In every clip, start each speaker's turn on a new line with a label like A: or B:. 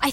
A: I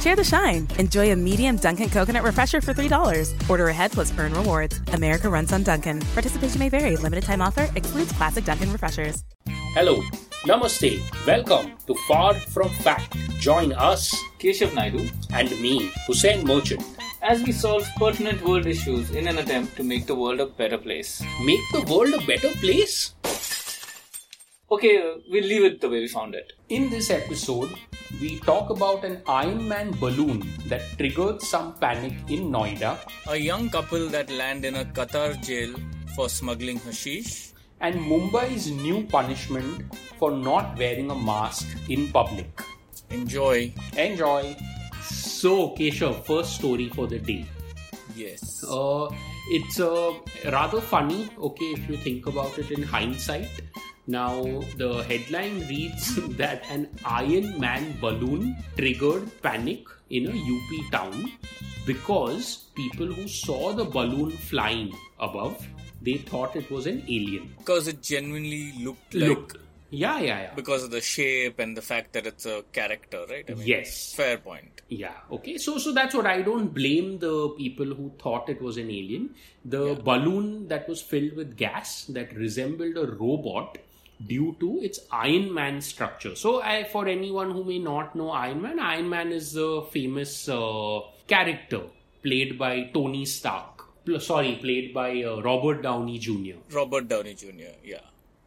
B: Share the shine. Enjoy a medium Dunkin' coconut refresher for $3. Order ahead plus earn rewards. America runs on Dunkin'. Participation may vary. Limited time offer excludes classic Dunkin' refreshers.
C: Hello, Namaste, welcome to Far From Fact. Join us
D: Keshav Naidu,
C: and me, Hussein Merchant.
D: as we solve pertinent world issues in an attempt to make the world a better place.
C: Make the world a better place?
D: Okay, uh, we'll leave it the way we found it.
C: In this episode, we talk about an Iron Man balloon that triggered some panic in Noida
E: A young couple that land in a Qatar jail for smuggling hashish.
C: and Mumbai's new punishment for not wearing a mask in public.
E: Enjoy.
C: Enjoy. So, Keshav, first story for the day.
E: Yes.
C: Uh, it's uh, rather funny, okay, if you think about it in hindsight. Now, the headline reads that an Iron Man balloon triggered panic in a UP town because people who saw the balloon flying above they thought it was an alien.
E: Because it genuinely looked like.
C: Look, yeah, yeah, yeah.
E: Because of the shape and the fact that it's a character, right? I mean,
C: Yes.
E: Fair point.
C: Yeah. Okay. So so that's what I don't blame the people who thought it was an alien. The balloon that was filled with gas that resembled a robot due to its Iron Man structure. So I, for anyone who may not know Iron Man, Iron Man is the famous uh, character played by Tony Stark. Pl- sorry, played by uh, Robert Downey Jr.
E: Robert Downey Jr., yeah.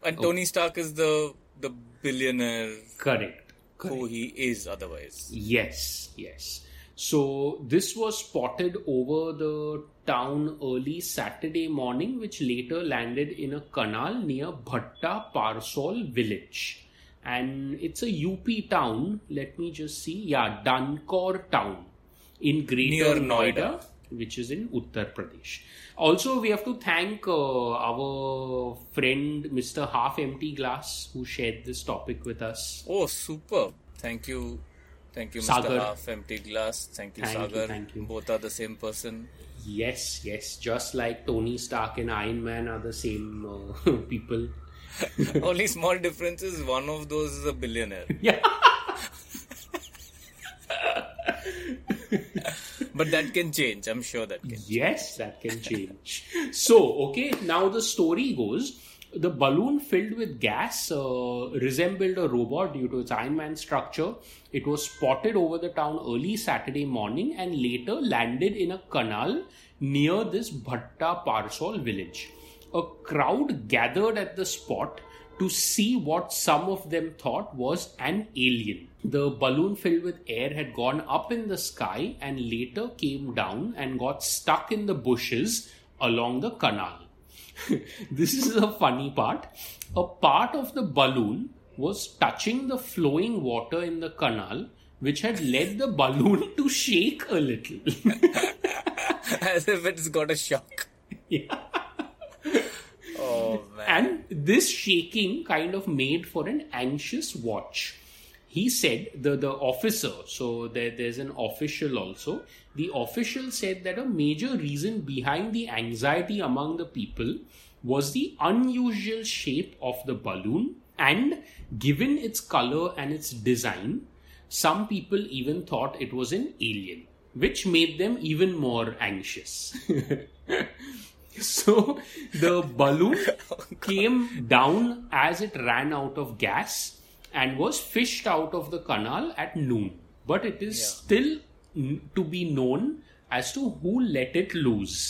C: Oh.
E: And Tony Stark is the the billionaire
C: Correct. Correct.
E: who he is otherwise.
C: Yes, yes. So this was spotted over the town early Saturday morning, which later landed in a canal near Bhatta Parsol village. And it's a UP town. Let me just see. Yeah, Dankor town in Greater
E: Near Noida.
C: Noida, which is in Uttar Pradesh. Also, we have to thank uh, our friend Mr. Half Empty Glass who shared this topic with us.
E: Oh, superb. Thank you. Thank you,
C: Sagar.
E: Mr. Half Empty Glass. Thank you,
C: Thank you,
E: Sagar.
C: thank you.
E: Both are the same person.
C: Yes, yes. Just like Tony Stark and Iron Man are the same uh, people.
E: Only small difference is one of those is a billionaire.
C: Yeah.
E: But that can change. I'm sure that can.
C: Yes, that can change. so, okay, now the story goes the balloon filled with gas uh, resembled a robot due to its Iron Man structure. It was spotted over the town early Saturday morning and later landed in a canal near this Bhatta Parsol village. A crowd gathered at the spot to see what some of them thought was an alien. The balloon filled with air had gone up in the sky and later came down and got stuck in the bushes along the canal. this is the funny part. A part of the balloon was touching the flowing water in the canal, which had led the balloon to shake a little.
E: As if it's got a shock.
C: Yeah.
E: Oh man.
C: And this shaking kind of made for an anxious watch. He said the, the officer, so there, there's an official also. The official said that a major reason behind the anxiety among the people was the unusual shape of the balloon, and given its color and its design, some people even thought it was an alien, which made them even more anxious. So the balloon came down as it ran out of gas and was fished out of the canal at noon. But it is still n- to be known as to who let it loose.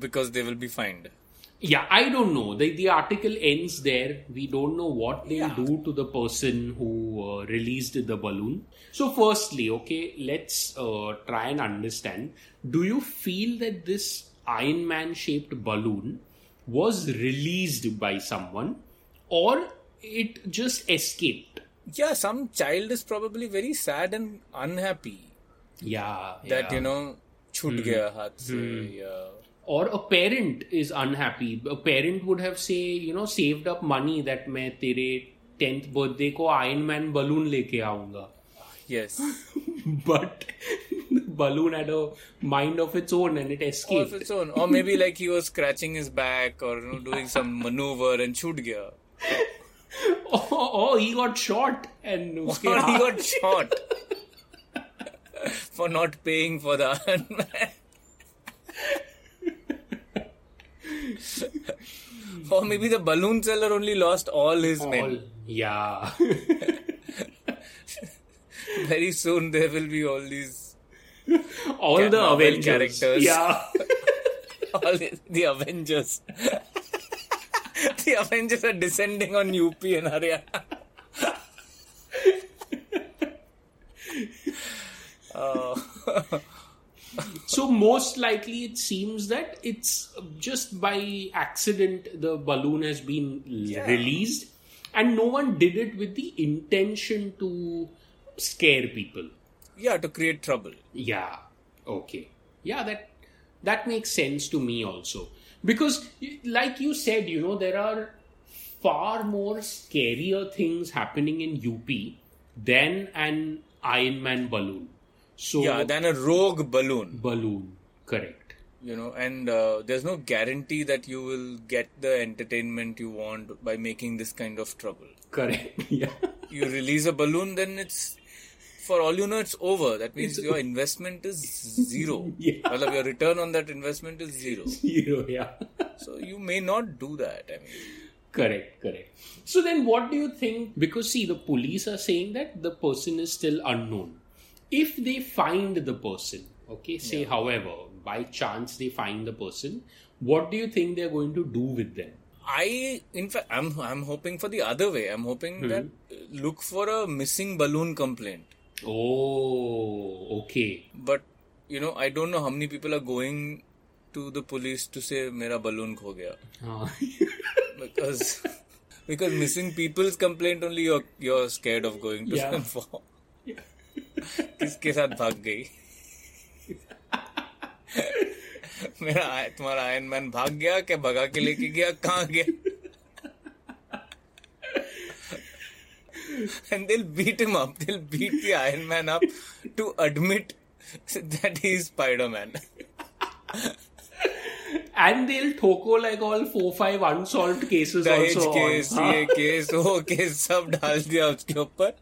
E: because they will be fined.
C: Yeah, I don't know. The, the article ends there. We don't know what they'll do to the person who uh, released the balloon. So, firstly, okay, let's uh, try and understand. Do you feel that this Iron Man shaped balloon was released by someone or it just escaped?
E: Yeah, some child is probably very sad and unhappy
C: Yeah.
E: that
C: yeah. Hmm.
E: you know, chut gaya haath se, yeah.
C: or a parent is unhappy a parent would have say you know saved up money that main tere 10th birthday ko iron man balloon leke aaunga
E: Yes.
C: but the balloon had a mind of its own and it
E: All of
C: escaped
E: its own. Or maybe like he was scratching his back or you know, doing some maneuver and shoot gear.
C: oh, oh, he got shot and uske
E: Or he
C: hath-
E: got shot for not paying for the Iron Man. or maybe the balloon seller only lost all his men.
C: all yeah
E: Very soon there will be all these,
C: all the
E: Marvel
C: Avengers
E: characters.
C: yeah
E: all the Avengers. the Avengers are descending on UP and Haryana.
C: so most likely it seems that it's just by accident the balloon has been released and no one did it with the intention to scare people
E: Yeah, to create trouble.
C: Yeah. Okay. Yeah, that that makes sense to me also. Because y- like you said, you know, there are far more scarier things happening in UP than an Iron Man balloon. So
E: Yeah, than a rogue balloon,
C: balloon, correct.
E: you know, and uh, there's no guarantee that you will get the entertainment you want by making this kind of trouble.
C: Correct. Yeah.
E: You release a balloon, then it's for all you know, it's over. That means your investment is zero.
C: Yeah.
E: Well, your return on that investment is zero.
C: Zero, yeah.
E: So you may not do that. I mean,
C: correct, correct. So then what do you think because see the police are saying that the person is still unknown. if they find the person okay say however by chance they find the person what do you think they're going to do with them
E: I, in fact, I'm I'm hoping for the other way. I'm hoping that uh, look for a missing balloon complaint.
C: oh okay
E: But you know, I don't know how many people are going to the police to say "mera balloon kho gaya"
C: Uh,
E: because because missing people's complaint only you're you're scared of going to
C: Yeah.
E: them for. किसके साथ भाग गई मेरा आय- तुम्हारा ion man भाग गया क्या भगा के लेके गया कहाँ गया and they'll beat him up. They'll beat the Iron Man up to admit that he is Spider Man.
C: and they'll thoko like all four five unsolved cases
E: दहेज
C: also
E: केस
C: on.
E: ये केस वो case सब डाल दिया उसके ऊपर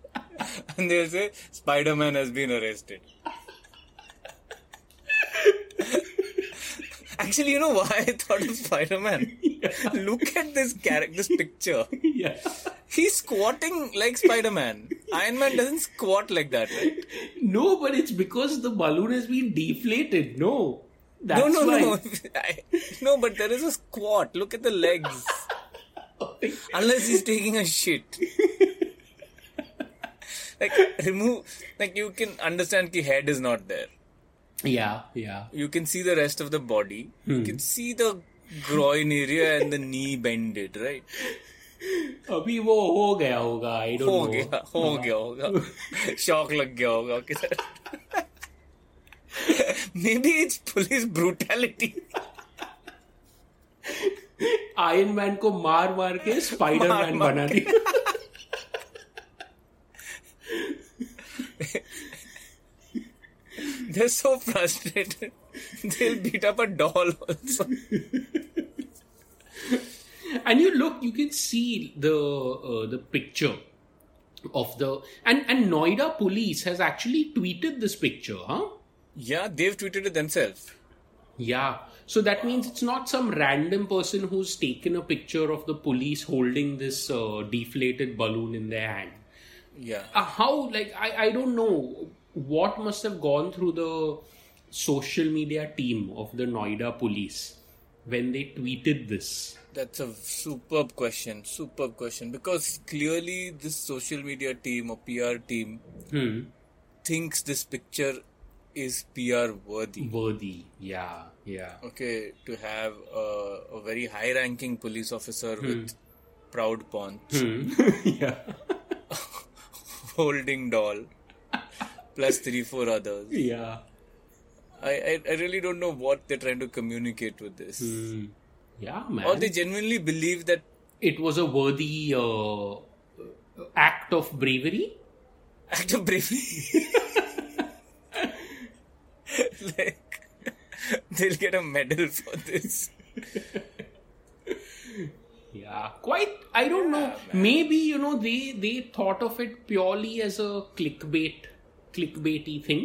E: And they'll say Spider Man has been arrested. Actually, you know why I thought of Spider Man? Look at this character, this picture.
C: yeah.
E: He's squatting like Spider Man. Iron Man doesn't squat like that, right?
C: no but it's because the balloon has been deflated no that's
E: No, no,
C: why.
E: no. I- no, but there is a squat. Look at the legs. Unless he's taking a shit. like, remove. Like, you can understand the head is not there.
C: yeah yeah
E: You can see the rest of the body. You
C: Hmm.
E: can see the groin area and the knee bended, right?
C: अभी वो हो गया होगा आई
E: हो
C: don't
E: गया
C: no
E: हो गया होगा शौक लग गया होगा okay, sir. Maybe it's police brutality.
C: Iron man को मार मार के स्पाइडर मैन
E: मार
C: बना दिया
E: They're so frustrated. They'll beat up a doll also.
C: and you look you can see the uh, the picture of the and and noida police has actually tweeted this picture huh
E: Yeah, they've tweeted it themselves.
C: yeah so that means it's not some random person who's taken a picture of the police holding this uh, deflated balloon in their hand
E: Yeah.
C: uh, how like I, I don't know what must have gone through the social media team of the noida police when they tweeted this
E: That's a superb question. Superb question. Because clearly, this social media team or PR team Hmm. thinks this picture is PR worthy.
C: worthy yeah yeah
E: Okay, to have a, a very high ranking police officer with proud paunch
C: yeah
E: holding doll, plus three, four others.
C: yeah
E: I, I, I really don't know what they're trying to communicate with this.
C: Hmm. Yeah, man.
E: Or they genuinely believe that
C: it was a worthy uh, act of bravery.
E: act of bravery. like, they'll get a medal for this.
C: Yeah, quite. I don't know. Maybe you know they they thought of it purely as a clickbait, clickbaity thing.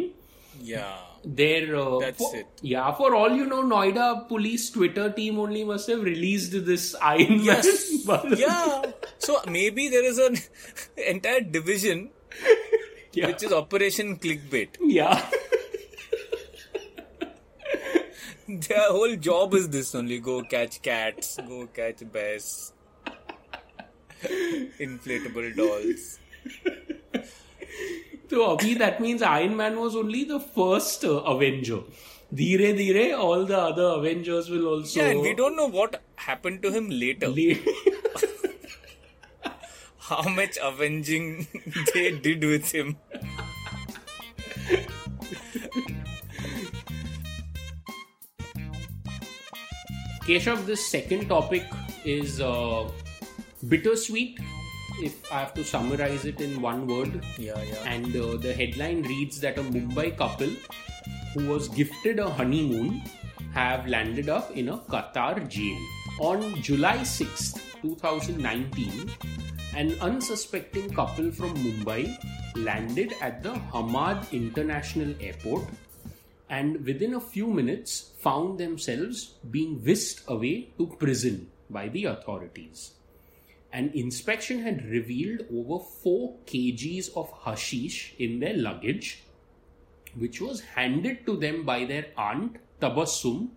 E: Yeah.
C: Their uh,
E: That's
C: for-
E: it.
C: Yeah, for all you know, Noida police Twitter team only must have released this Iron Man. balloon.
E: yeah. So maybe there is an entire division
C: yeah,
E: which is Operation Clickbait.
C: yeah.
E: Their whole job is this only go catch cats, go catch bears, inflatable dolls.
C: So Abhi, that means Iron Man was only the first uh, Avenger. Dheere dheere, all the other Avengers will also.
E: Yeah, and we don't know what happened to him later. How much avenging they did with him.
C: Keshav, this second topic is uh, bittersweet. If I have to summarize it in one word,
E: Yeah, yeah.
C: and uh, the headline reads that a Mumbai couple who was gifted a honeymoon have landed up in a Qatar jail. On July 6th, 2019, an unsuspecting couple from Mumbai landed at the Hamad International Airport and within a few minutes found themselves being whisked away to prison by the authorities. An inspection had revealed over 4 kgs of hashish in their luggage, which was handed to them by their aunt Tabassum,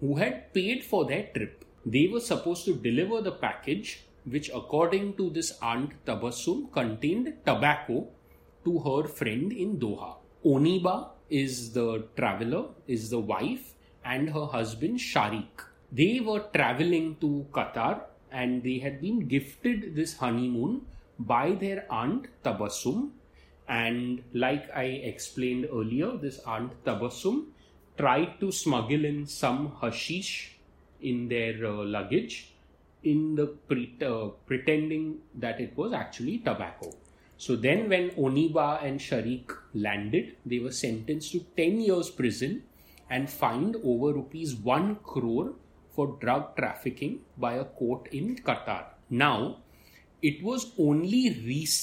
C: who had paid for their trip. They were supposed to deliver the package, which, according to this aunt Tabassum, contained tobacco to her friend in Doha. Oniba is the traveler, is the wife, and her husband Sharik. They were traveling to Qatar and they had been gifted this honeymoon by their aunt Tabassum. And like I explained earlier, this aunt Tabassum tried to smuggle in some hashish in their uh, luggage in the pre- uh, pretending that it was actually tobacco. So then, when Oniba and Sharik landed, they were sentenced to 10 years prison and fined over rupees 1 crore for drug trafficking by a court in Qatar. Now, it was only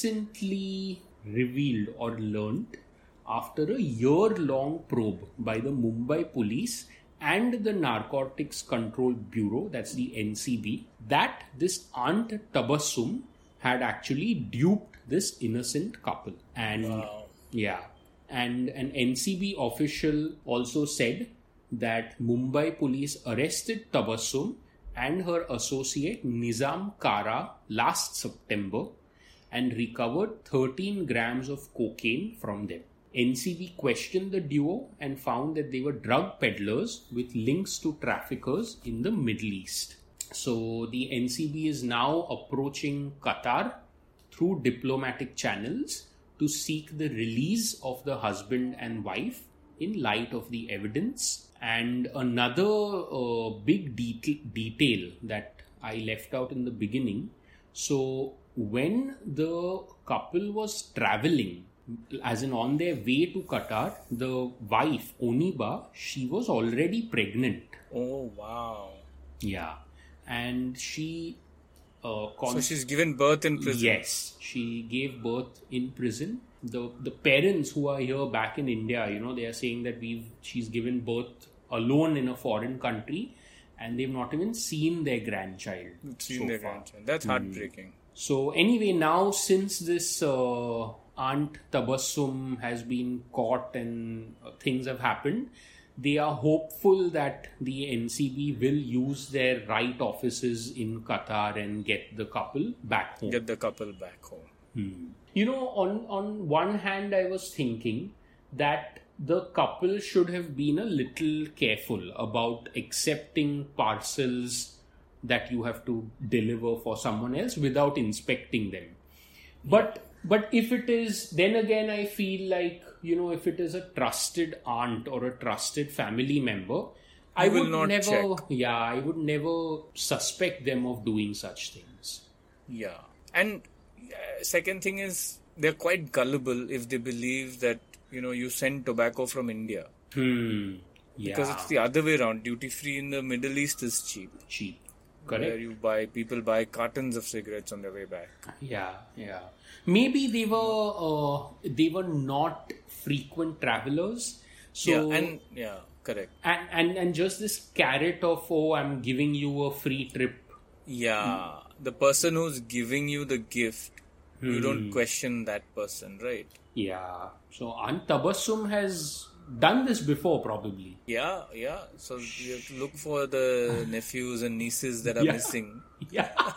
C: recently revealed or learnt after a year long probe by the Mumbai police and the Narcotics Control Bureau, that's the NCB, that this aunt Tabassum had actually duped this innocent couple. And yeah, and an NCB official also said that Mumbai police arrested Tabassum and her associate Nizam Kara last September and recovered 13 grams of cocaine from them. NCB questioned the duo and found that they were drug peddlers with links to traffickers in the Middle East. So the NCB is now approaching Qatar through diplomatic channels to seek the release of the husband and wife in light of the evidence. And another uh, big deta- detail that I left out in the beginning so, when the couple was traveling, as in on their way to Qatar, the wife, Oniba, she was already pregnant.
E: Oh, wow.
C: Yeah. And she. Uh,
E: So
C: con-
E: she's given birth in prison.
C: Yes, she gave birth in prison. The the parents who are here back in India, you know, they are saying that we've she's given birth alone in a foreign country, and they've not even seen their grandchild.
E: Seen
C: so
E: their
C: far.
E: grandchild. That's heartbreaking.
C: So anyway, now since this uh, Aunt Tabassum has been caught and uh, things have happened, they are hopeful that the NCB will use their right offices in Qatar and get the couple back home.
E: Get the couple back home.
C: You know, on on one hand, I was thinking that the couple should have been a little careful about accepting parcels that you have to deliver for someone else without inspecting them. But But if it is, then again, I feel like, you know, if it is a trusted aunt or a trusted family member, I
E: You will
C: would
E: not
C: never,
E: check.
C: yeah, I would never suspect them of doing such things.
E: Yeah. And uh, second thing is they're quite gullible if they believe that, you know, you send tobacco from India.
C: Hmm. Yeah.
E: Because it's the other way around. Duty free in the Middle East is cheap.
C: cheap.
E: Where
C: Correct.
E: you buy people buy cartons of cigarettes on their way back.
C: Yeah, yeah. Maybe they were uh, they were not frequent travelers. So
E: yeah, and yeah, correct.
C: and, and and just this carrot of oh i'm giving you a free trip
E: Yeah,
C: Hmm.
E: the person who's giving you the gift, you don't question that person, right?
C: yeah so aunt tabassum has done this before probably
E: Yeah, yeah. So you have to look for the nephews and nieces that are
C: Yeah.
E: missing.
C: yeah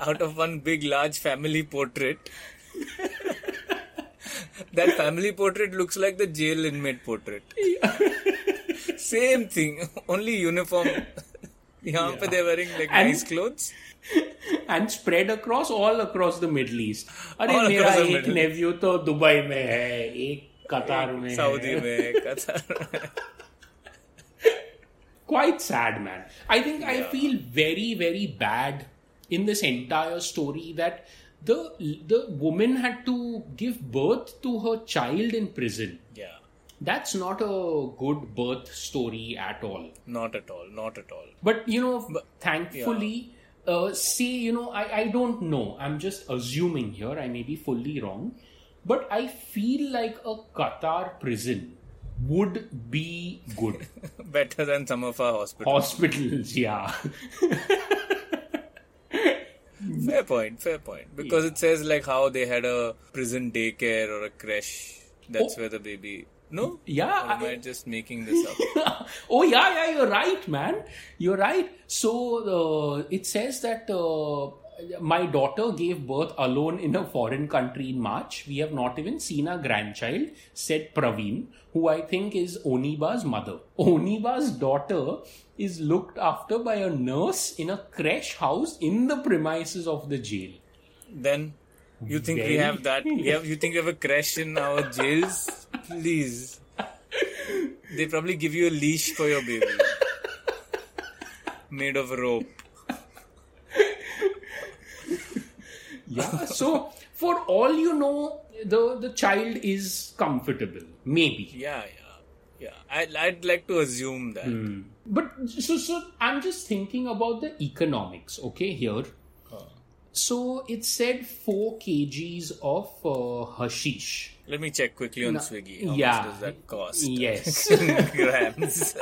E: Out of one big, large family portrait, that family portrait looks like the jail inmate portrait. Same thing, only uniform. यहाँ पे they're wearing like
C: And-
E: nice clothes.
C: and spread across all across the middle east अरे
E: All
C: मेरा
E: across the
C: एक
E: Middle East.
C: nephew तो Dubai में है एक कतार में है.
E: Saudi में, Qatar में.
C: quite sad man i think i feel very very bad in this entire story that the the woman had to give birth to her child in prison
E: Yeah,
C: that's not a good birth story at all
E: not at all, not at all.
C: but you know thankfully uh, say you know I, I don't know i'm just assuming here i may be fully wrong but i feel like a qatar prison would be good
E: Better than some of our hospitals.
C: hospitals yeah
E: Fair point, fair point. Because it says like how they had a prison daycare or a creche. That's
C: Oh.
E: where the baby. No?
C: Yeah,
E: Or am I,
C: I-
E: just making this up?
C: oh yeah yeah you're right man you're right so uh, it says that uh, my daughter gave birth alone in a foreign country in march we have not even seen her grandchild said praveen who i think is oniba's mother oniba's daughter is looked after by a nurse in a creche house in the premises of the jail
E: then you think
C: Very-
E: we have that? We have, you think we have a creche in our jails? Please. They probably give you a leash for your baby. Made of rope.
C: yeah so for all you know the the child is comfortable maybe
E: Yeah, yeah. Yeah. I'd, I'd like to assume that.
C: Hmm. But so, so I'm just thinking about the economics, okay, here.
E: Uh.
C: So it said 4 kgs of uh, hashish.
E: Let me check quickly on Swiggy. How
C: yeah.
E: much does that cost?
C: Yes.
E: Grams.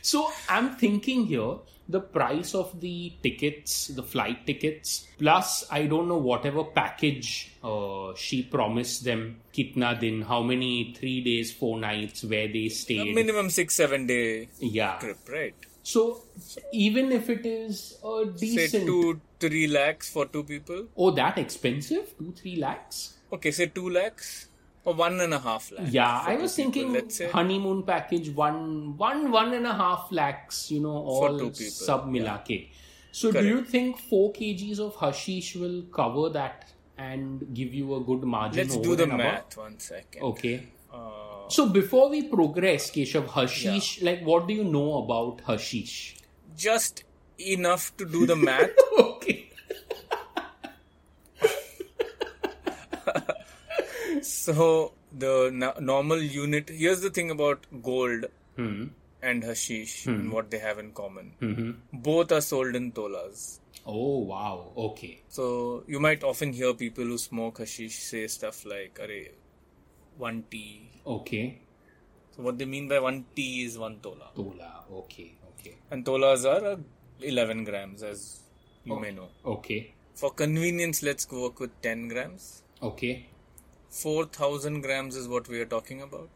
C: so I'm thinking here the price of the tickets, the flight tickets, plus I don't know whatever package uh, she promised them, kitna din, how many, three days, four nights, where they
E: A
C: stayed.
E: minimum six seven day
C: yeah.
E: trip, right?
C: So even if it is a
E: Say
C: decent.
E: two three lakhs for two people.
C: Oh, that expensive? Two, three lakhs?
E: Okay, say two lakhs or one and a half lakhs.
C: Yeah,
E: for
C: I
E: two
C: was
E: people,
C: thinking
E: let's say
C: honeymoon package one, one, one and a half lakhs. You know,
E: two
C: all
E: people,
C: sub milake. So, do
E: Correct.
C: you think four kgs of hashish will cover that and give you a good margin?
E: let's
C: over
E: do the
C: and above? Oh.
E: math Uh, one second.
C: Okay. so before we progress, Keshav, hashish. Like, what do you know about hashish?
E: Just enough to do the math.
C: okay.
E: so the no- normal unit. Here's the thing about gold
C: Hmm.
E: and hashish and what they have in common. Both are sold in tolas.
C: Oh wow. Okay.
E: So you might often hear people who smoke hashish say stuff like, "Arey, one tea."
C: Okay.
E: So what they mean by one tea is one tola,
C: Tola. Okay. Okay.
E: and tolas are uh, 11 grams, as you may know.
C: Okay.
E: For convenience, let's work with 10 grams.
C: Okay.
E: 4,000 grams is what we are talking about.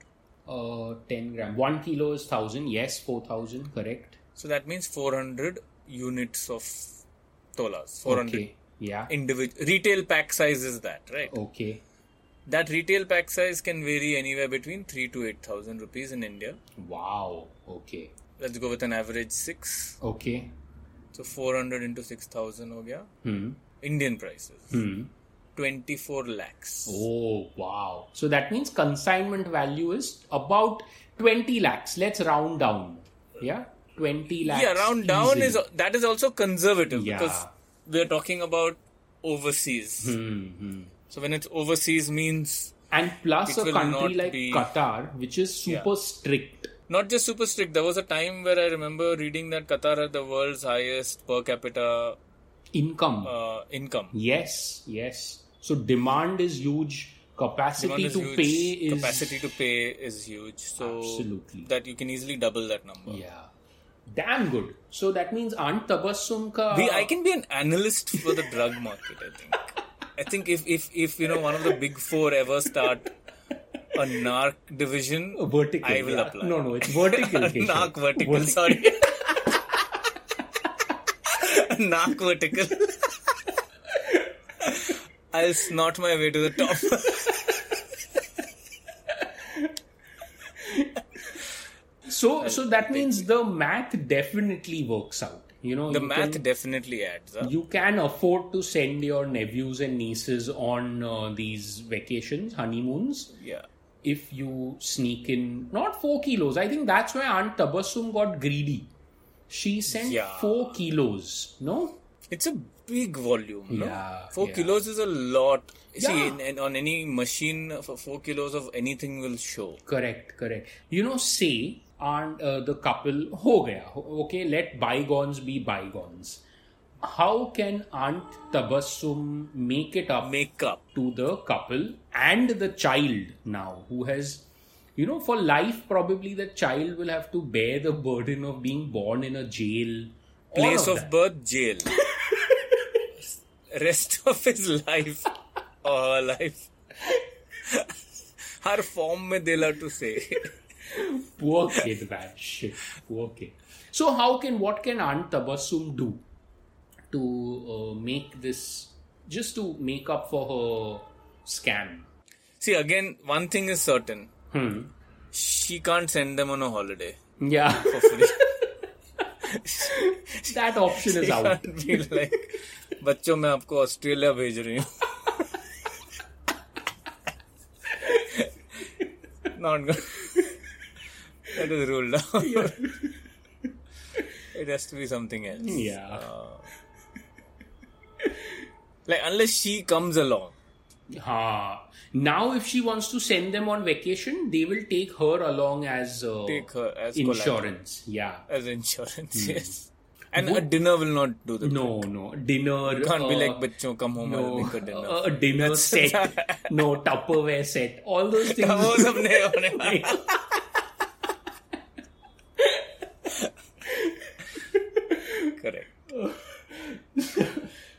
C: Uh, 10 gram. 1 kilo is 1000. Yes, 4000. Correct.
E: So that means 400 units of tolas. 400
C: Okay. Oh. Yeah.
E: individual retail pack size is that, right?
C: Okay.
E: That retail pack size can vary anywhere between three to 8,000 rupees in India.
C: Wow. Okay.
E: Let's go with an average six.
C: Okay.
E: तो 400 into 6000 हो गया
C: Hmm.
E: Indian prices 24 lakhs
C: Oh, wow. So that means consignment value is about 20 lakhs. Let's round down. Yeah? 20 lakhs.
E: yeah round down
C: easy.
E: is that is also conservative
C: Yeah.
E: because we are talking about overseas
C: Hmm,
E: so when it's overseas means
C: And plus
E: It
C: a
E: will
C: country
E: not
C: like
E: be-
C: Qatar, which is super strict.
E: not just super strict there was a time where i remember reading that qatar had the world's highest per capita
C: Income.
E: uh, income
C: yes, yes. So demand is huge.
E: Demand
C: Capacity
E: is
C: to
E: huge,
C: pay is.
E: capacity to pay is huge so
C: Absolutely.
E: that you can easily double that number
C: Yeah. Damn good. So that means Aunt Tabassum ka.
E: We, I can be an analyst for the drug market. I think. I think if if if you know one of the big four ever start a narc division,
C: A vertical,
E: I will
C: yeah.
E: apply.
C: No, no, it's vertical,
E: A
C: Keshav.
E: narc vertical.
C: Vertical.
E: Sorry. A narc vertical. I'll snort my way to the top.
C: So, so that means the math definitely works out. You know,
E: The
C: you
E: math
C: can-
E: definitely adds up.
C: you can afford to send your nephews and nieces on uh, these vacations, honeymoons,
E: Yeah.
C: if you sneak in not four kilos. I think that's why Aunt Tabassum got greedy. She sent
E: Yeah.
C: four kilos. No,
E: It's a big volume. no?
C: Yeah,
E: four
C: yeah.
E: kilos is a lot. See,
C: Yeah.
E: in, in, on any machine, f- four kilos of anything will show.
C: correct, correct. You know, say and uh, the couple ho gaya. Okay, let bygones be bygones. How can Aunt Tabassum make it up?
E: Makeup.
C: to the couple and the child now who has you know for life probably the child will have to bear the burden of being born in a jail all
E: Place of
C: that.
E: birth, jail. Rest of his life, or her life. Her form mein they'll have to say.
C: poor kid man shit poor kid so how can what can aunt tabassum do to uh, make this just to make up for her scam
E: See, again, one thing is certain. She can't send them on a holiday.
C: yeah
E: For free.
C: that option is out
E: Can't be like, बच्चों मैं आपको Australia भेज रही हूँ not good that is ruled it has to be something else
C: yeah
E: like unless she comes along
C: Ha. Now, if she wants to send them on vacation, they will take her along as uh,
E: Take her as
C: insurance. Yeah.
E: As insurance yes And a dinner will not do the
C: Hmm. No, no. Dinner.
E: Can't be
C: uh,
E: like बच्चों come home and
C: no, Uh,
E: make a dinner.
C: a dinner set. no, Tupperware set. All those things.
E: वो सब नहीं होने वाला। Correct.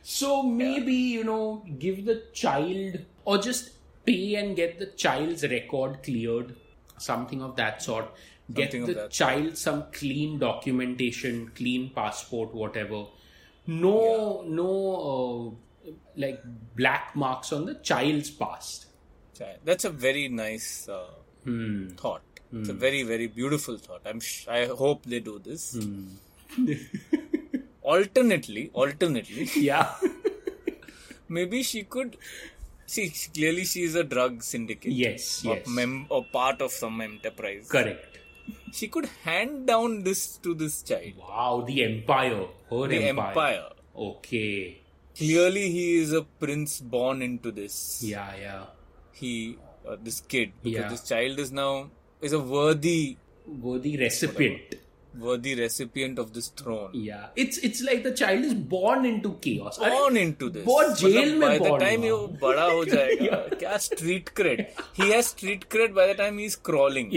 C: So maybe, you know, give the child or just pay and get the child's record cleared, something of that sort. Get
E: Something of
C: the
E: that
C: child some clean documentation, clean passport, whatever. No, no, uh, like black marks on the child's past.
E: Child. That's a very nice uh,
C: Hmm.
E: thought. It's a very, very beautiful thought. I'm sh- I hope they do this.
C: Hmm.
E: alternately, alternately,
C: Yeah.
E: maybe she could. See, she- clearly she is a drug syndicate.
C: yes,
E: Or,
C: yes.
E: mem- or part of some enterprise.
C: Correct.
E: She could hand down this to this child.
C: Wow, the empire. Her
E: The
C: empire.
E: empire.
C: Okay.
E: Clearly, he is a prince born into this.
C: Yeah, yeah.
E: He, uh, this kid, because
C: Yeah.
E: this child is now is a worthy
C: Worthy recipient.
E: worthy recipient of this throne.
C: Yeah, it's it's like the child is born into chaos.
E: Born
C: अरे,
E: into this.
C: बहुत jail
E: मतलब
C: में
E: by the
C: born
E: time
C: हुआ।
E: you बड़ा हो जाएगा क्या street cred he has street cred by the time he is crawling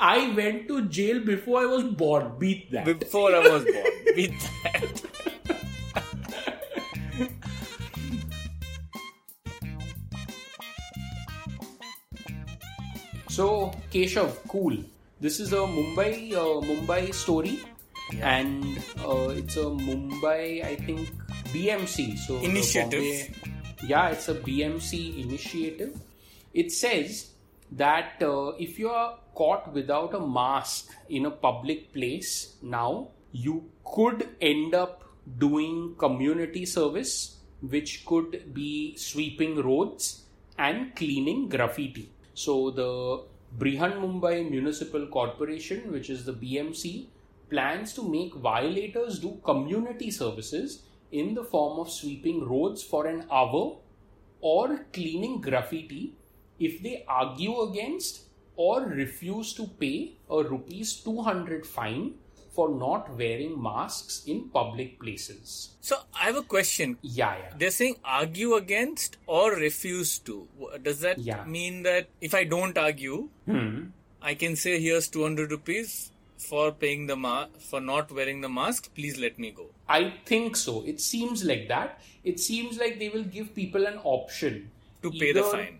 C: I went to jail before I was born. Beat that.
E: before I was born with that
C: So Keshav, cool. This is a Mumbai uh, Mumbai story, and uh, it's a Mumbai I think BMC. So the
E: Initiative.
C: Bombay- yeah, it's a BMC initiative. It says that uh, if you are caught without a mask in a public place now, you could end up doing community service, which could be sweeping roads and cleaning graffiti. So, the Brihan Mumbai Municipal Corporation, which is the BMC, plans to make violators do community services in the form of sweeping roads for an hour or cleaning graffiti if they argue against or refuse to pay a rupees 200 fine for not wearing masks in public places.
E: So I have a question.
C: Yeah, yeah.
E: They're saying argue against or refuse to. Wha- Does that
C: Yeah. Hmm.
E: mean that if I don't argue, I can say here's 200 rupees for paying the ma- for not wearing the mask. Please let me go.
C: I think so. It seems like that. It seems like they will give people an option
E: To pay the
C: Either-
E: fine.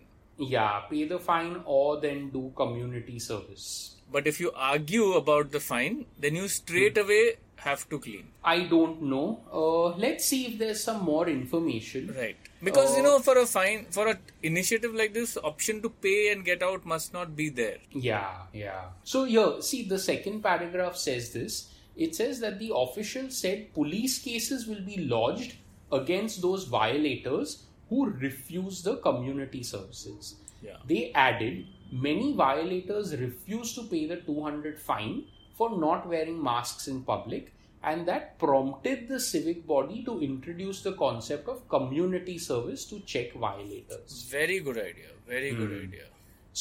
C: Yeah, pay the fine or then do community service.
E: But if you argue about the fine, then you straight
C: Hmm.
E: away have to clean.
C: I don't know. Uh, let's see if there's some more information.
E: Right. Because you
C: Uh,
E: know, for a fine, for an initiative like this, option to pay and get out must not be there.
C: Yeah, yeah. So here, see, the second paragraph says this. It says that the official said police cases will be lodged against those violators who refuse the community services.
E: Yeah.
C: They added many violators refuse to pay the 200 fine for not wearing masks in public and that prompted the civic body to introduce the concept of community service to check violators.
E: Very good idea. Very
C: Hmm.
E: good idea.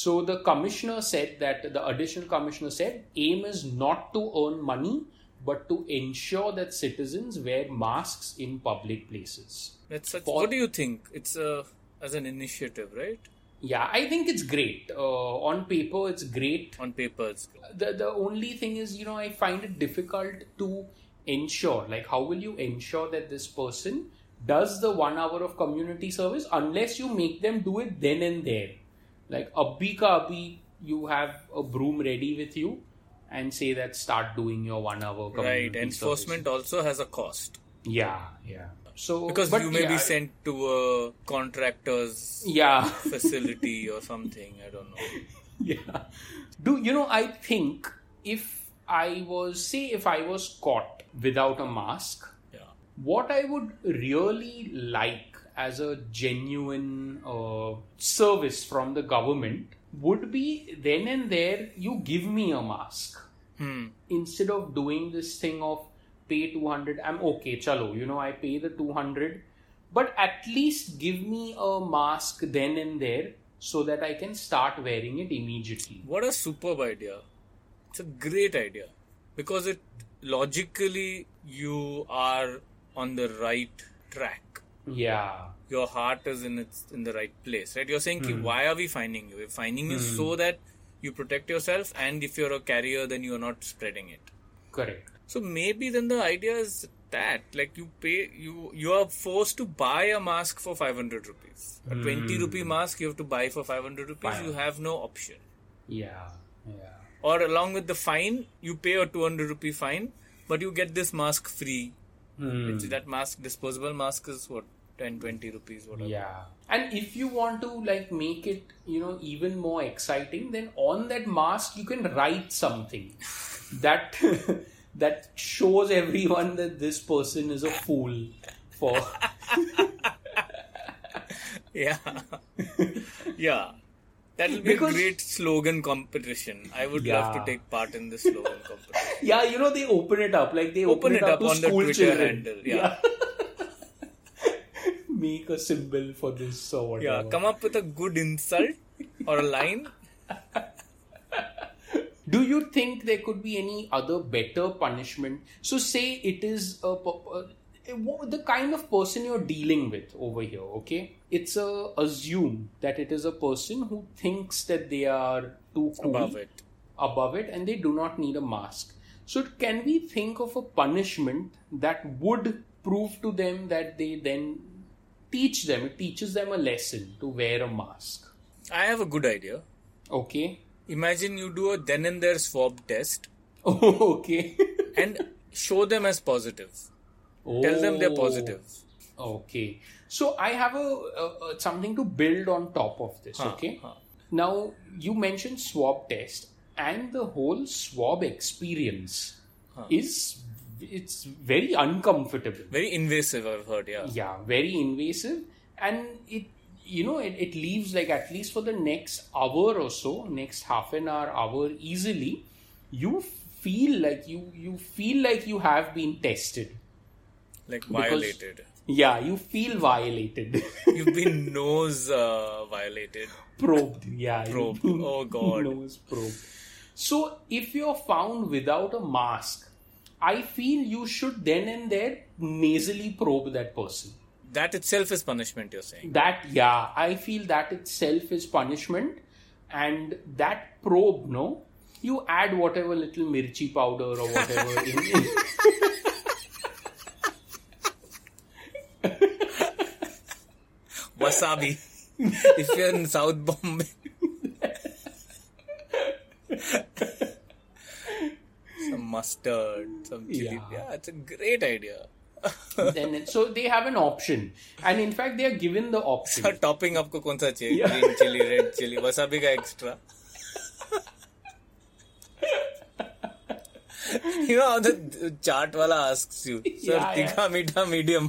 C: So the commissioner said that the additional commissioner said aim is not to earn money but to ensure that citizens wear masks in public places.
E: That's such.
C: For-
E: what do you think? It's a as an initiative, right?
C: Yeah, I think it's great. Uh, on paper, it's great.
E: On papers.
C: The the only thing is, you know, I find it difficult to ensure. Like, how will you ensure that this person does the one hour of community service unless you make them do it then and there? Like, abhi ka abhi, you have a broom ready with you and say that start doing your one hour community
E: Right. Enforcement
C: service.
E: also has a cost
C: Yeah, yeah. So
E: because
C: Oh, but
E: you may
C: yeah,
E: be sent to a contractor's
C: Yeah.
E: facility or something. I don't know.
C: yeah. Do you know? I think if I was say if I was caught without a mask,
E: Yeah.
C: what I would really like as a genuine uh, service from the government would be then and there you give me a mask instead of doing this thing of pay 200 i'm okay chalo you know i pay the 200 but at least give me a mask then and there so that i can start wearing it immediately
E: What a superb idea. It's a great idea because it logically you are on the right track.
C: yeah
E: Your heart is in its in the right place, right? You're saying, "Ki,
C: Hmm.
E: why are we finding you? We're finding you so that you protect yourself, and if you're a carrier, then you're not spreading it.
C: correct
E: So maybe then the idea is that, like, you pay you you are forced to buy a mask for 500 rupees, a 20 rupee mask you have to buy for 500 rupees.
C: Hmm. Fine.
E: You have no option.
C: yeah yeah
E: or along with the fine, you pay a 200 rupee fine, but you get this mask free.
C: Hmm.
E: It's that mask, disposable mask is what, 10, 20 rupees, whatever.
C: Yeah. And if you want to like make it, you know, even more exciting, then on that mask you can write something that that shows everyone that this person is a fool for
E: Yeah. yeah. That will be
C: Because-
E: a great slogan competition. I would love to
C: Yeah.
E: take part in this slogan competition.
C: Yeah, you know they open it up like they open,
E: Open it up
C: to
E: on the
C: school
E: Twitter
C: children.
E: handle. Yeah.
C: Make a symbol for this or
E: Yeah.
C: whatever.
E: Come up with a good insult or a line.
C: Do you think there could be any other better punishment? So, say it is a, per- a- what- the kind of person you're dealing with over here. Okay, it's a assume that it is a person who thinks that they are too cool
E: Above it.
C: above it, and they do not need a mask. So, can we think of a punishment that would prove to them that they then teach them? It teaches them a lesson to wear a mask.
E: I have a good idea.
C: Okay.
E: Imagine you do a then and there swab test
C: okay.
E: and show them as positive. Tell them
C: Oh.
E: they're positive.
C: Okay. So I have a, a, a something to build on top of this. okay. Now, you mentioned swab test, and the whole swab experience is it's very uncomfortable.
E: Very invasive, I've heard, yeah.
C: Yeah, very invasive, and it you know it, it leaves like at least for the next hour or so, next half an hour, hour easily, you feel like you you feel like you have been tested.
E: Like violated.
C: Yeah, you feel violated,
E: You've been nose uh, violated.
C: probed. Yeah, you-
E: Probed. Oh, God.
C: nose probed. So if you're found without a mask, I feel you should then and there nasally probe that person.
E: That itself is punishment, you're saying.
C: that yeah i feel that itself is punishment and that probe no you add whatever little mirchi powder or whatever in, in.
E: Wasabi. if you're in South Bombay. some mustard, some
C: Yeah.
E: chili. Yeah, it's a great idea.
C: then it- so they have an option and in fact they are given the option
E: topping आपको कौन सा चाहिए
C: Yeah.
E: Green chilli red chilli wasabi का extra you know how the chaat वाला asks you sir
C: Yeah,
E: तीखा मीठा medium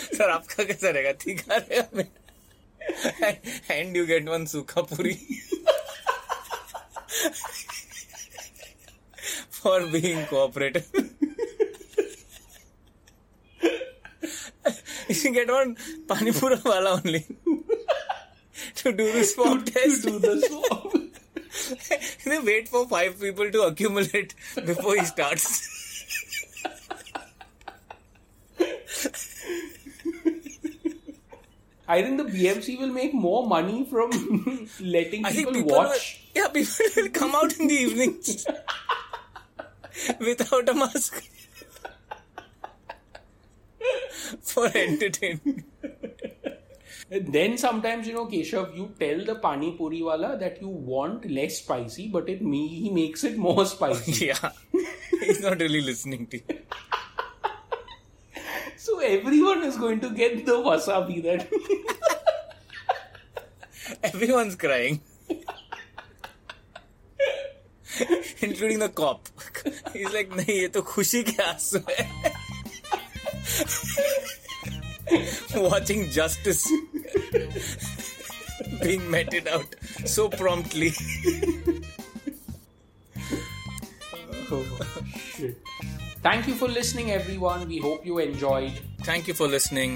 E: sir आपका कैसा रहेगा तीखा रहेगा and you get one sukha puri for being cooperative You should get one Panipura wala only to do the swab test.
C: to the swab
E: they wait for five people to accumulate before he starts.
C: i think the bmc will make more money from letting people,
E: I think people
C: watch
E: Are, yeah, people will come out in the evenings without a mask for entertainment.
C: then sometimes you know keshav you tell the pani puri wala that you want less spicy but it me he makes it more spicy
E: Yeah, he's not really listening to you.
C: So everyone is going to get the wasabi that
E: Everyone's crying. Including the cop. He's like, नहीं ये तो खुशी के आंसू है Watching justice being meted out so promptly.
C: oh, shit. Thank you for listening, everyone. We hope you enjoyed.
E: Thank you for listening.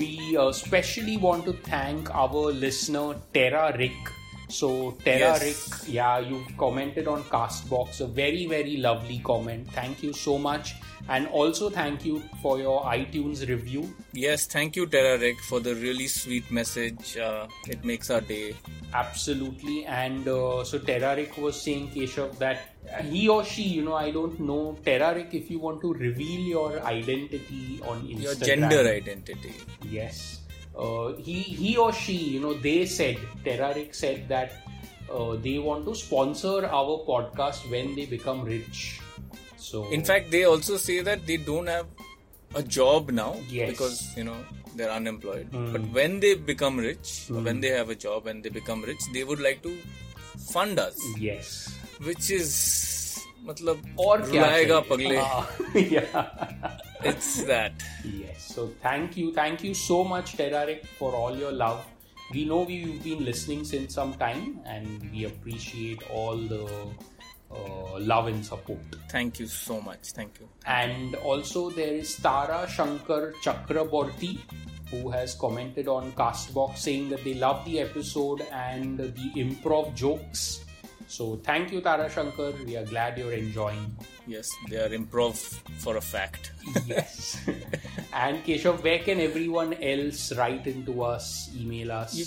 C: We uh, especially want to thank our listener Tara Rick. So Tara
E: Yes.
C: Rick, yeah, you commented on Castbox. A very very lovely comment. Thank you so much, and also thank you for your iTunes review.
E: Yes, thank you, Tara Rick, for the really sweet message. Uh, it makes our day.
C: Absolutely. And uh, so Terarik was saying, Keshav, that he or she, you know, I don't know, Terarik, if you want to reveal your identity on Instagram.
E: Your gender identity.
C: Yes. Uh, he, he or she, you know, they said, Terarik said that uh, they want to sponsor our podcast when they become rich. So,
E: In fact, they also say that they don't have a job now
C: Yes.
E: because you know they're unemployed. But when they become rich, or when they have a job and they become rich, they would like to fund us,
C: Hmm. yes.
E: which is मतलब
C: Or क्या चाहिए?
E: रुलाएगा पगले
C: हाँ, yeah.
E: it's that
C: Yes. So thank you. Thank you so much, Terarik, for all your love. We know we- you've been listening since some time and we appreciate all the uh, love and support.
E: thank you so much thank you
C: And also, there is Tara Shankar Chakraborty who has commented on Castbox saying that they love the episode and the improv jokes. So thank you, Tara Shankar. We are glad you're enjoying.
E: yes they are improv for a fact
C: Yes. and Keshav, where can everyone else write into us, email us?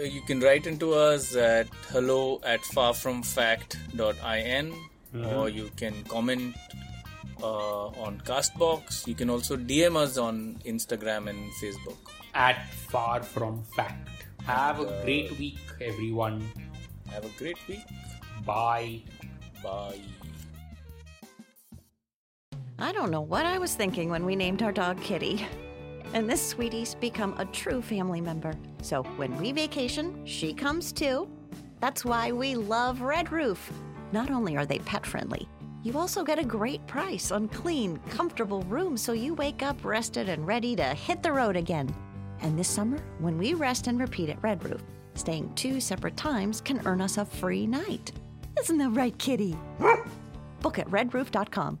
E: Uh, you can write into us at hello at farfromfact.in or you can comment uh, on castbox you can also dm us on instagram and facebook
C: At Far From Fact. Have a great week, everyone.
E: have a great week
C: Bye.
E: bye
F: I don't know what I was thinking when we named our dog Kitty. and this sweetie's become a true family member. So when we vacation, she comes too. That's why we love Red Roof. Not only are they pet friendly, you also get a great price on clean, comfortable rooms so you wake up rested and ready to hit the road again. And this summer, when we rest and repeat at Red Roof, staying two separate times can earn us a free night. Isn't that right, kitty? Book at redroof.com.